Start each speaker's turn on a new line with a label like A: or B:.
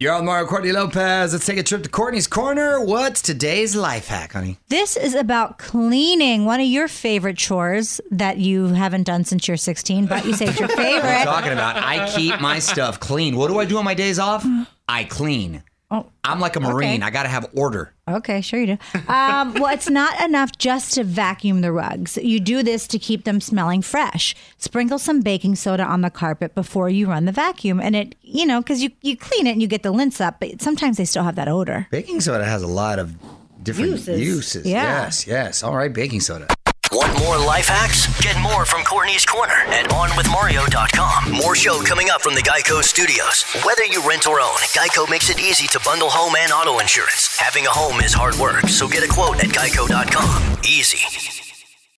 A: You're on Mario Courtney Lopez. Let's take a trip to Courtney's Corner. What's today's life hack, honey?
B: This is about cleaning, one of your favorite chores that you haven't done since you're 16, but you say it's your
A: What are you
B: favorite.
A: talking about? I keep my stuff clean. What do I do on my days off? I clean.
B: Oh.
A: I'm like a Marine.
B: Okay.
A: I got to have order.
B: Oh, Okay, sure you do. Um, well, it's not enough just to vacuum the rugs. You do this to keep them smelling fresh. Sprinkle some baking soda on the carpet before you run the vacuum, and it, you know, because you you clean it and you get the lint up, but sometimes they still have that odor.
A: Baking soda has a lot of different
B: Uses.
A: uses.
B: Yeah.
A: Yes, yes. All right, baking soda.
C: Want more life hacks? Get more from Courtney's Corner at OnWithMario.com. More show coming up from the Geico Studios. Whether you rent or own, Geico makes it easy to bundle home and auto insurance. Having a home is hard work, so get a quote at Geico.com. Easy.